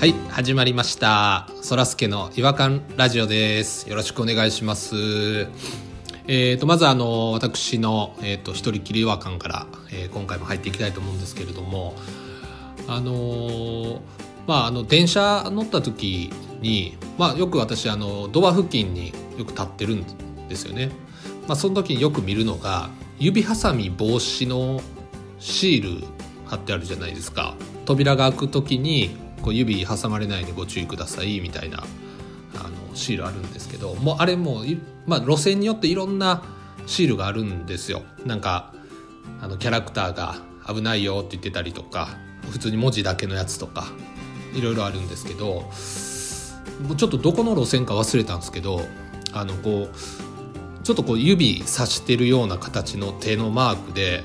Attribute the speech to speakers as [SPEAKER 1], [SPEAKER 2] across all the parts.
[SPEAKER 1] はい始まりましたそらすけの違和感ラジオですよろしくお願いしますえー、とまずあの私の、えー、と一人きり違和感から、えー今回も入っていきたいと思うんですけれどもあのーまああの電車乗った時に、まあ、よく私あのドア付近によく立ってるんですよね、まあ、その時によく見るのが指挟み防止のシール貼ってあるじゃないですか扉が開く時にこう指挟まれないでご注意くださいみたいなあのシールあるんですけどもうあれもい、まあ、路線によっていろんなシールがあるんですよなんかあのキャラクターが危ないよって言ってたりとか普通に文字だけのやつとかいろいろあるんですけどもうちょっとどこの路線か忘れたんですけどあのこうちょっとこう指さしてるような形の手のマークで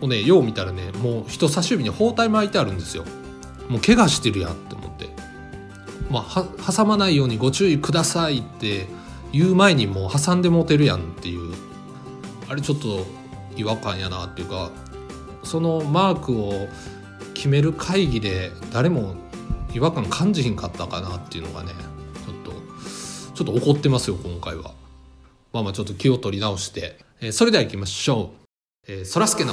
[SPEAKER 1] もうねよう見たらねもう人差し指に包帯巻いてあるんですよもう怪我してるやんって思ってまあ、は挟まないようにご注意くださいって言う前にもう挟んでもうてるやんっていうあれちょっと違和感やなっていうかそのマークを決める会議で誰も違和感感じひんかったかなっていうのがねちょっとちょっと怒ってますよ今回はまあまあちょっと気を取り直して、えーそれでは行きましょう、えー、そらすけの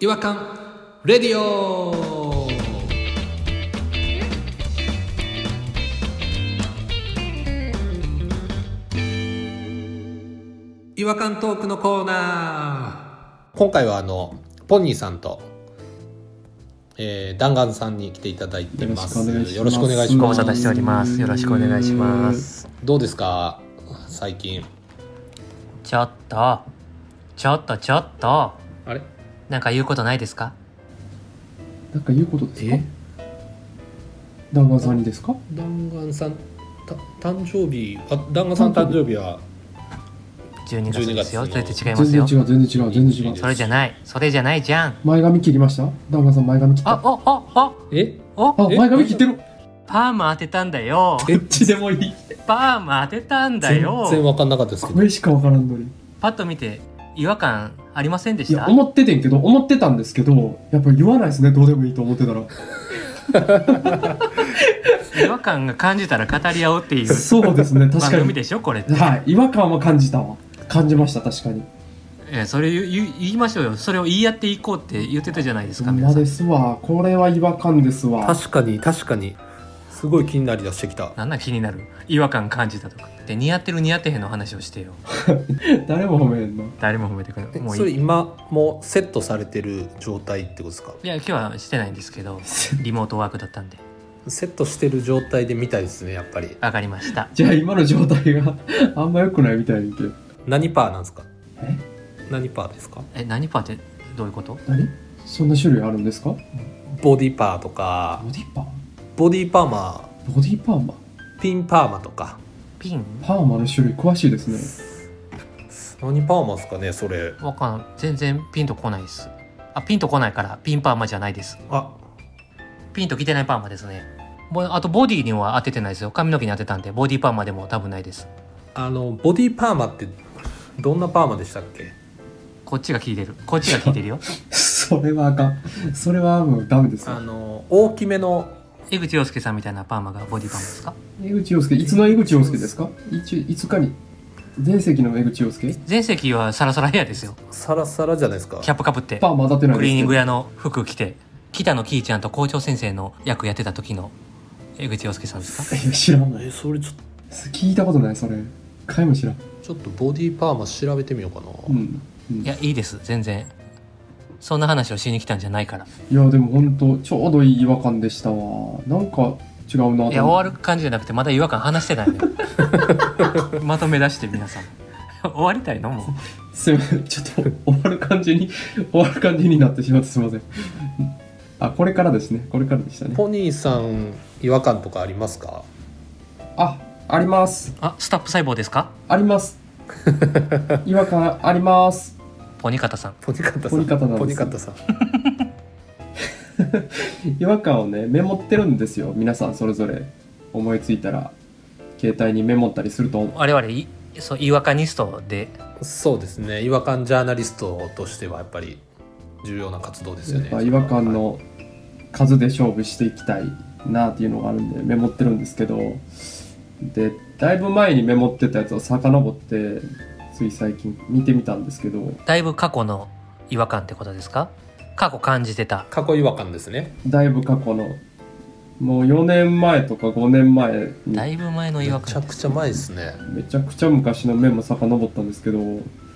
[SPEAKER 1] 違和感レディオ違和感トークのコーナー今回はあのポニーさんと、えー、弾丸さんに来ていただいてます
[SPEAKER 2] よろしくお願いします
[SPEAKER 3] ご無沙汰しておりますよろしくお願いします
[SPEAKER 1] どうですか最近
[SPEAKER 3] ちょっとちょっとちょっと
[SPEAKER 1] あれ
[SPEAKER 3] なんか言うことないですか
[SPEAKER 2] なんか言うことですか
[SPEAKER 1] え
[SPEAKER 2] 弾丸さんにですか
[SPEAKER 1] 弾丸さんた誕生日あ弾丸さん誕生日は
[SPEAKER 3] 12月です
[SPEAKER 1] 12月の
[SPEAKER 3] よそれって違いま
[SPEAKER 2] 全
[SPEAKER 3] す
[SPEAKER 2] 然違
[SPEAKER 3] よ
[SPEAKER 2] う全然違う全然違う
[SPEAKER 3] それじゃないそれじゃないじゃん
[SPEAKER 2] 前髪切りました弾丸さん前髪切った
[SPEAKER 3] あおお
[SPEAKER 1] え
[SPEAKER 3] おお
[SPEAKER 2] あ
[SPEAKER 1] え
[SPEAKER 2] 前髪切ってる
[SPEAKER 3] パーマ当てたんだよ
[SPEAKER 2] どっちでもいい
[SPEAKER 3] パーマ当てたんだ
[SPEAKER 1] 全然
[SPEAKER 3] よ
[SPEAKER 1] 分かんなかったですけ
[SPEAKER 2] こ
[SPEAKER 1] ど
[SPEAKER 2] れしかわからんのに
[SPEAKER 3] パッと見て違和感ありませんで
[SPEAKER 2] い
[SPEAKER 3] し
[SPEAKER 2] や
[SPEAKER 3] た
[SPEAKER 2] 思っててんけど思ってたんですけどやっぱり言わないですねどうでもいいと思ってたら
[SPEAKER 3] 違和感が感じたら語り合おうっていう
[SPEAKER 2] そうです ね確
[SPEAKER 3] 番
[SPEAKER 2] か
[SPEAKER 3] 組
[SPEAKER 2] に
[SPEAKER 3] でしょこれって、
[SPEAKER 2] はい違和感は感じたわ感じました確かに
[SPEAKER 3] えそれ言う言う言いましょうよそれを言い合っていこうって言ってたじゃないですか
[SPEAKER 2] そん
[SPEAKER 3] 皆
[SPEAKER 2] な
[SPEAKER 3] さん
[SPEAKER 2] ですわこれは違和感ですわ
[SPEAKER 1] 確かに確かにすごい気になりだしてきた
[SPEAKER 3] なんなん気になる違和感感じたとかで似合ってる似合ってへんの話をしてよ
[SPEAKER 2] 誰も褒めへんな
[SPEAKER 3] 誰も褒めてくれないもうい
[SPEAKER 1] それ
[SPEAKER 3] い
[SPEAKER 1] 今もうセットされてる状態ってことですか
[SPEAKER 3] いや今日はしてないんですけどリモートワークだったんで
[SPEAKER 1] セットしてる状態で見たいですねやっぱり
[SPEAKER 3] 上がりました
[SPEAKER 2] じゃあ今の状態が あんま良くないみたいに言って
[SPEAKER 1] 何パーなんですか
[SPEAKER 2] え
[SPEAKER 1] 何パーですか
[SPEAKER 3] え何パーってどういうこと
[SPEAKER 2] 何そんな種類あるんですか
[SPEAKER 1] ボ
[SPEAKER 2] ボ
[SPEAKER 1] ディパーとか
[SPEAKER 2] ディパー
[SPEAKER 1] ボディパーマ
[SPEAKER 2] ボディパーマ
[SPEAKER 1] ピンパーマとか
[SPEAKER 3] ピン
[SPEAKER 2] パーマの種類詳しいですね
[SPEAKER 1] 何パーマですかねそれ
[SPEAKER 3] わかんない全然ピンとこないですあピンとこないからピンパーマじゃないです
[SPEAKER 1] あ
[SPEAKER 3] ピンときてないパーマですねもうあとボディには当ててないですよ髪の毛に当てたんでボディパーマでも多分ないです
[SPEAKER 1] あのボディパーマってどんなパーマでしたっけ
[SPEAKER 3] こっちが効いてるこっちが効いてるよ
[SPEAKER 2] それはあかんそれはもうダメです
[SPEAKER 1] あの大きめの
[SPEAKER 3] 江口洋介さんみたいなパーマがボディパーマですか
[SPEAKER 2] 江口洋介いつの江口洋介ですかいついつかに前世紀の江口洋介
[SPEAKER 3] 全席はサラサラヘアですよ
[SPEAKER 1] サラサラじゃないですか
[SPEAKER 3] キャップかぶって
[SPEAKER 2] パーマ当たってない
[SPEAKER 3] クリーニング
[SPEAKER 2] や
[SPEAKER 3] 屋の服着て北野キーちゃんと校長先生の役やってた時の江口洋介さんですか
[SPEAKER 2] 知らない
[SPEAKER 1] えそれちょっと
[SPEAKER 2] 聞いたことないそれ一回も知らん
[SPEAKER 1] ちょっとボディパーマ調べてみようかな、
[SPEAKER 2] うん、うん、
[SPEAKER 3] いやいいです全然そんな話をしに来たんじゃないから
[SPEAKER 2] いやでも本当ちょうどいい違和感でしたわなんか違うないと
[SPEAKER 3] や
[SPEAKER 2] 思っ
[SPEAKER 3] 終わる感じじゃなくてまだ違和感話してないのよ まとめ出して皆さん終わりたいのもう
[SPEAKER 2] てすいませんちょっと終わる感じに 終わる感じになってしまってすいませんあこれからですねこれからでしたね
[SPEAKER 1] ポニーさん違和感とかありますか
[SPEAKER 2] ああります
[SPEAKER 3] あスタップ細胞ですか
[SPEAKER 2] あります 違和感あります
[SPEAKER 3] ポニカタさん
[SPEAKER 1] ポニカタさん
[SPEAKER 2] ポニカタなんです
[SPEAKER 1] ポニカタさん
[SPEAKER 2] 違和感をねメモってるんですよ皆さんそれぞれ思いついたら携帯にメモったりすると思う
[SPEAKER 3] 我々いそう違和感ニストで
[SPEAKER 1] そうですね違和感ジャーナリストとしてはやっぱり重要な活動ですよ
[SPEAKER 2] やっ
[SPEAKER 1] ね
[SPEAKER 2] ぱ違和感の数で勝負していきたいなっていうのがあるんでメモってるんですけどでだいぶ前にメモってたやつを遡ってつい最近見てみたんですけど
[SPEAKER 3] だいぶ過去の違和感ってことですか過去感じてた
[SPEAKER 1] 過去違和感ですね
[SPEAKER 2] だいぶ過去のもう4年前とか5年前に
[SPEAKER 3] だいぶ前の違和感です
[SPEAKER 1] ちゃ前ですね
[SPEAKER 2] めちゃくちゃ昔のメモ遡ったんですけど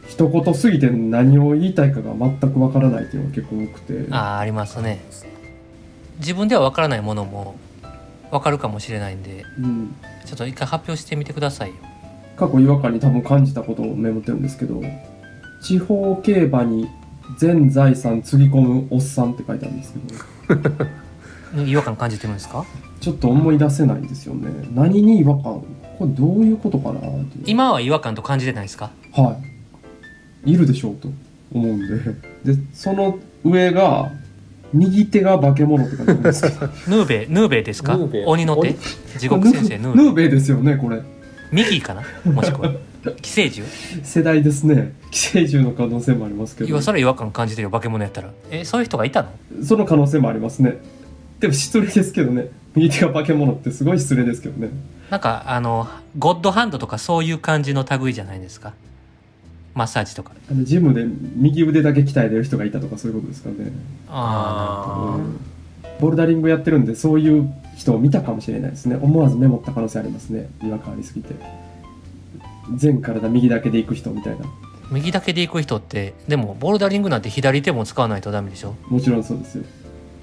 [SPEAKER 2] 一言すぎて何を言いたいかが全くわからないっていうのが結構多くて
[SPEAKER 3] ああありますね自分では分からないものも分かるかもしれないんで
[SPEAKER 2] うん、
[SPEAKER 3] ちょっと一回発表してみてくださいよ
[SPEAKER 2] 過去違和感に多分感じたことをメモってるんですけど地方競馬に全財産つぎ込むおっさんって書いてあるんですけど
[SPEAKER 3] 違和感感じてるんですか
[SPEAKER 2] ちょっと思い出せないんですよね何に違和感これどういうことかなっていう
[SPEAKER 3] 今は違和感と感じてないですか
[SPEAKER 2] はいいるでしょうと思うんででその上が右手が化け物って書いてあるんですけど
[SPEAKER 3] ヌーベヌーベですか
[SPEAKER 1] ヌーベ
[SPEAKER 3] 鬼の手
[SPEAKER 1] 鬼
[SPEAKER 3] 地獄先 生ヌ
[SPEAKER 2] ヌ
[SPEAKER 3] ーベ
[SPEAKER 2] ーベですよねこれ
[SPEAKER 3] ミキーかなもしくは寄生獣
[SPEAKER 2] 世代ですね寄生獣の可能性もありますけ
[SPEAKER 3] い
[SPEAKER 2] ど
[SPEAKER 3] やそれ違和感感じてるよ化け物やったらえそういう人がいたの
[SPEAKER 2] その可能性もありますねでも失礼ですけどね右手が化け物ってすごい失礼ですけどね
[SPEAKER 3] なんかあのゴッドハンドとかそういう感じの類じゃないですかマッサージとか
[SPEAKER 2] あのジムで右腕だけ鍛えてる人がいたとかそういうことですかね、
[SPEAKER 3] あ
[SPEAKER 2] うんボルダリングやってるんでそういう人を見たかもしれないですね思わずメモった可能性ありますね違和感ありすぎて全体右だけで行く人みたいな
[SPEAKER 3] あ右だけで行く人ってでもボルダリングなんて左手も使わないとダメでしょ
[SPEAKER 2] もちろんそうですよ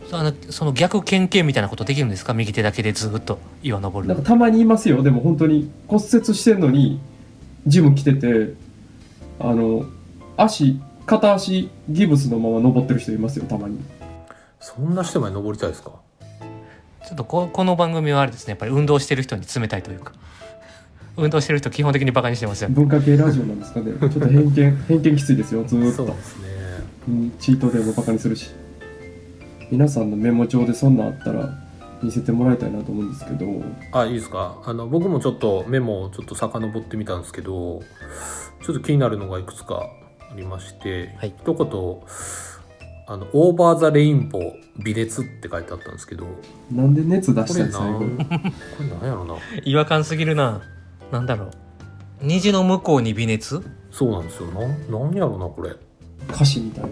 [SPEAKER 3] あのその逆剣形みたいなことできるんですか右手だけでずっと岩登
[SPEAKER 2] な
[SPEAKER 3] る
[SPEAKER 2] んかたまにいますよでも本当に骨折してるのにジム来ててあの足片足ギブスのまま登ってる人いますよたまに
[SPEAKER 1] そんな人まで登りたいですか
[SPEAKER 3] ちょっとここの番組はあれですねやっぱり運動してる人に冷たいというか運動してる人基本的にバカにしてますよ
[SPEAKER 2] 文化系ラジオなんですかねちょっと偏見偏見きついですよずーっと
[SPEAKER 1] すね
[SPEAKER 2] うんチートでもバカにするし皆さんのメモ帳でそんなんあったら見せてもらいたいなと思うんですけど
[SPEAKER 1] あいいですかあの僕もちょっとメモをちょっと遡ってみたんですけどちょっと気になるのがいくつかありまして、
[SPEAKER 3] はい
[SPEAKER 1] 一言あの「オーバー・ザ・レインボー微熱」って書いてあったんですけどこ
[SPEAKER 2] なんで熱出した
[SPEAKER 1] れ
[SPEAKER 2] ん最後
[SPEAKER 1] なんこれなんやろな
[SPEAKER 3] 違和感すぎるななんだろう虹の向こうに微熱
[SPEAKER 1] そうなんですよなんなんやろなこれ
[SPEAKER 2] 歌詞みたいな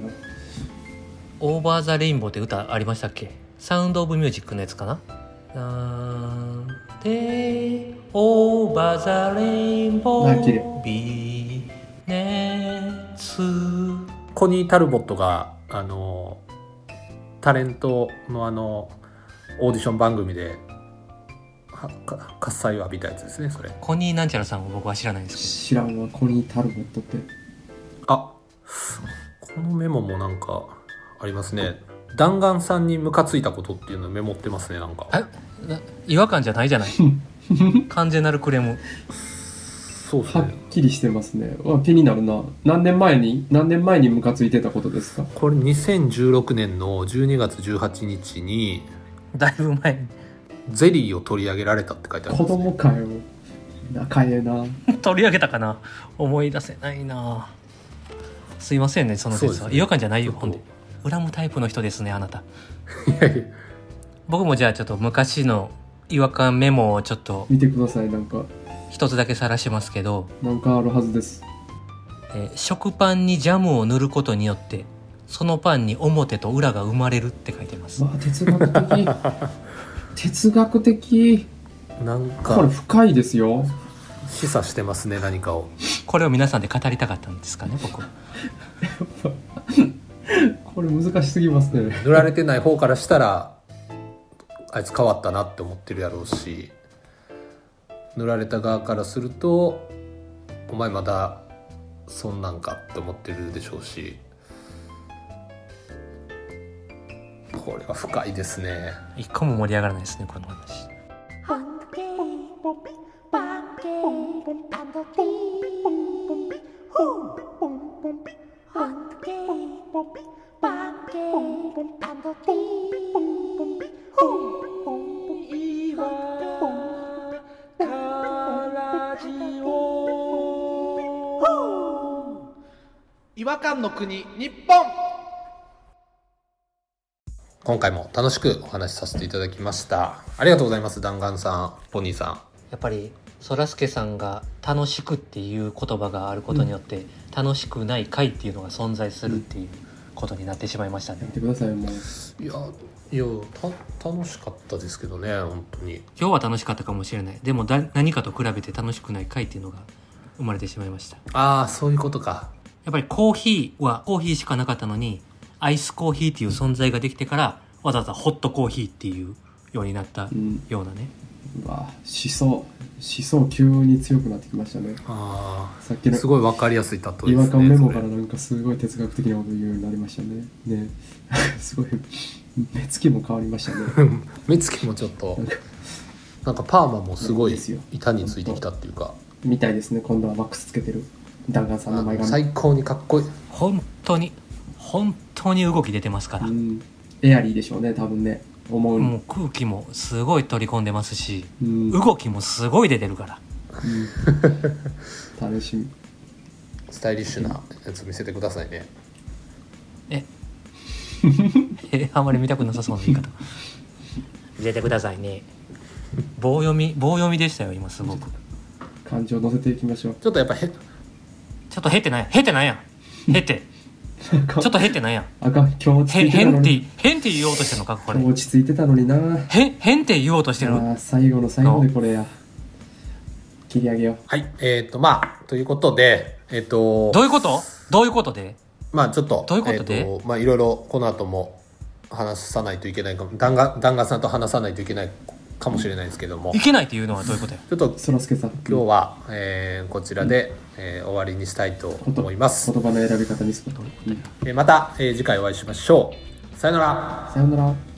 [SPEAKER 3] オーバーザレインボーって歌ありましたっけサウンドオブミュージックのやつかななんでオーバーザレインボ
[SPEAKER 2] あ綺
[SPEAKER 3] ー微熱
[SPEAKER 1] コニー・タルボットがあのタレントのあのオーディション番組ではか喝采を浴びたやつですねそれ
[SPEAKER 3] コニーなんちゃらさんを僕は知らないんです
[SPEAKER 2] 知らんわコニー・タルボットって
[SPEAKER 1] あこのメモもなんかありますね弾丸さんにムカついたことっていうのメモってますねなんか
[SPEAKER 3] けどえな 違和感じゃないじゃない完全なるクレーム
[SPEAKER 1] そうです
[SPEAKER 2] はっ
[SPEAKER 1] ね
[SPEAKER 2] きりしてますねうわ気になるな何年前に何年前にムカついてたことですか
[SPEAKER 1] これ2016年の12月18日に
[SPEAKER 3] だいぶ前に
[SPEAKER 1] ゼリーを取り上げられたって書いてあり
[SPEAKER 2] 子
[SPEAKER 1] ます
[SPEAKER 2] 供かよ仲ええな
[SPEAKER 3] 取り上げたかな思い出せないなすいませんねその
[SPEAKER 1] そうで
[SPEAKER 3] 説
[SPEAKER 1] す
[SPEAKER 3] は、
[SPEAKER 1] ね
[SPEAKER 3] 違和感じゃないよ
[SPEAKER 1] ちょっ
[SPEAKER 3] ほん
[SPEAKER 1] と
[SPEAKER 3] で恨むタイプの人ですねあなた
[SPEAKER 1] いやいや
[SPEAKER 3] 僕もじゃあちょっと昔の違和感メモをちょっと
[SPEAKER 2] 見てくださいなんか
[SPEAKER 3] 一つだけ晒しますけど、
[SPEAKER 2] なんかあるはずです
[SPEAKER 3] えー食パンにジャムを塗ることによってそのパンに表と裏が生まれるって書いてます
[SPEAKER 2] まあ哲 学的哲学的
[SPEAKER 1] なん
[SPEAKER 2] これ
[SPEAKER 1] か
[SPEAKER 2] 深いですよ
[SPEAKER 1] 示唆してますね何かを
[SPEAKER 3] これを皆さんで語りたかったんですかね僕は
[SPEAKER 2] これ難しすぎますね
[SPEAKER 1] 塗られてない方からしたらあいつ変わったなって思ってるやろうし塗られた側からするとお前まだそんなんかって思ってるでしょうしこれは深いですね
[SPEAKER 3] 一個も盛り上がらないですねこの話
[SPEAKER 4] Hunky,
[SPEAKER 5] 違和感の国日本
[SPEAKER 1] 今回も楽しくお話しさせていただきました。ありがとうございます、弾丸さん、ポニーさん。
[SPEAKER 3] やっぱりそらすけさんが「楽しく」っていう言葉があることによって、楽しくない会っていうのが存在するっていうことになってしまいましたね、
[SPEAKER 2] やってくださいもう
[SPEAKER 1] いや、いや、た、楽しかったですけどね、本当に。
[SPEAKER 3] 今日は楽しかったかもしれないでもだ何かと比べて楽しくない会っていうのが生まれてしまいました
[SPEAKER 1] ああ、そういうことか。
[SPEAKER 3] やっぱりコーヒーはコーヒーしかなかったのにアイスコーヒーっていう存在ができてからわざわざホットコーヒーっていうようになった
[SPEAKER 2] うん
[SPEAKER 3] ようなね
[SPEAKER 2] うわ思想思想急に強くなってきましたね
[SPEAKER 1] あ
[SPEAKER 2] さっき
[SPEAKER 1] あ、
[SPEAKER 2] の
[SPEAKER 1] すごいわかりやすい例えですね。
[SPEAKER 2] 違和感メモから
[SPEAKER 1] それ
[SPEAKER 2] なんかすごい哲学的なこと言うようになりましたねね すごい目つきも変わりましたね
[SPEAKER 1] 目つきもちょっと、なんかパーマもすごい
[SPEAKER 2] ですよ
[SPEAKER 1] 板についてきたっていうか、
[SPEAKER 2] みたいですね今度はワックスつけてる弾丸さんの前
[SPEAKER 1] あ
[SPEAKER 2] 髪
[SPEAKER 1] 最高にかっこいい。
[SPEAKER 3] 本当に本当に動き出てますから、
[SPEAKER 2] うんエアリーでしょうね多分ね思う
[SPEAKER 3] も
[SPEAKER 2] に
[SPEAKER 3] う空気もすごい取り込んでますし
[SPEAKER 2] うん、うん、
[SPEAKER 3] 動きもすごい出てるから
[SPEAKER 2] 楽しみ
[SPEAKER 1] スタイリッシュなやつ見せてくださいね。
[SPEAKER 3] ええあまり見たくなさそうな言い方 入れてくださいね棒読み棒読みでしたよ今すごく
[SPEAKER 2] 感情乗せていきましょう
[SPEAKER 1] ちょっとやっぱへ、
[SPEAKER 3] ちょっとへってないへってないやんへって
[SPEAKER 2] ちょ
[SPEAKER 3] ちょっとへってないやん
[SPEAKER 2] あかん今日落ち
[SPEAKER 3] へ
[SPEAKER 2] 着いて
[SPEAKER 3] へ
[SPEAKER 2] た
[SPEAKER 3] ん
[SPEAKER 2] の
[SPEAKER 3] って
[SPEAKER 2] に
[SPEAKER 3] へんって言おうとしてるのかこ
[SPEAKER 2] 今
[SPEAKER 3] れ
[SPEAKER 2] 日落ち着いてたのになあ
[SPEAKER 3] へへんって言おうとしてる
[SPEAKER 2] ー最後の最後でこれや切り上げよう
[SPEAKER 1] はい、えっ、と、まあ、ということで、えっ、と、
[SPEAKER 3] どういうことどういうことで
[SPEAKER 1] まあちょっと、
[SPEAKER 3] どういうことで
[SPEAKER 1] えーとまあいろいろこの後も話さないといけないかも、弾丸弾丸さんと話さないといけないかもしれないですけども、
[SPEAKER 3] い
[SPEAKER 1] ち
[SPEAKER 3] けないっていうのはどういうことや
[SPEAKER 1] ょっと
[SPEAKER 2] そらすけさん
[SPEAKER 1] 今日は、えーこちらで、えー終わりにしたいと
[SPEAKER 2] こと
[SPEAKER 1] 思います。
[SPEAKER 2] 言葉の選び方ミスこと、うん
[SPEAKER 1] えーまた、えー次回お会いしましょう。さよなら。
[SPEAKER 2] さよなら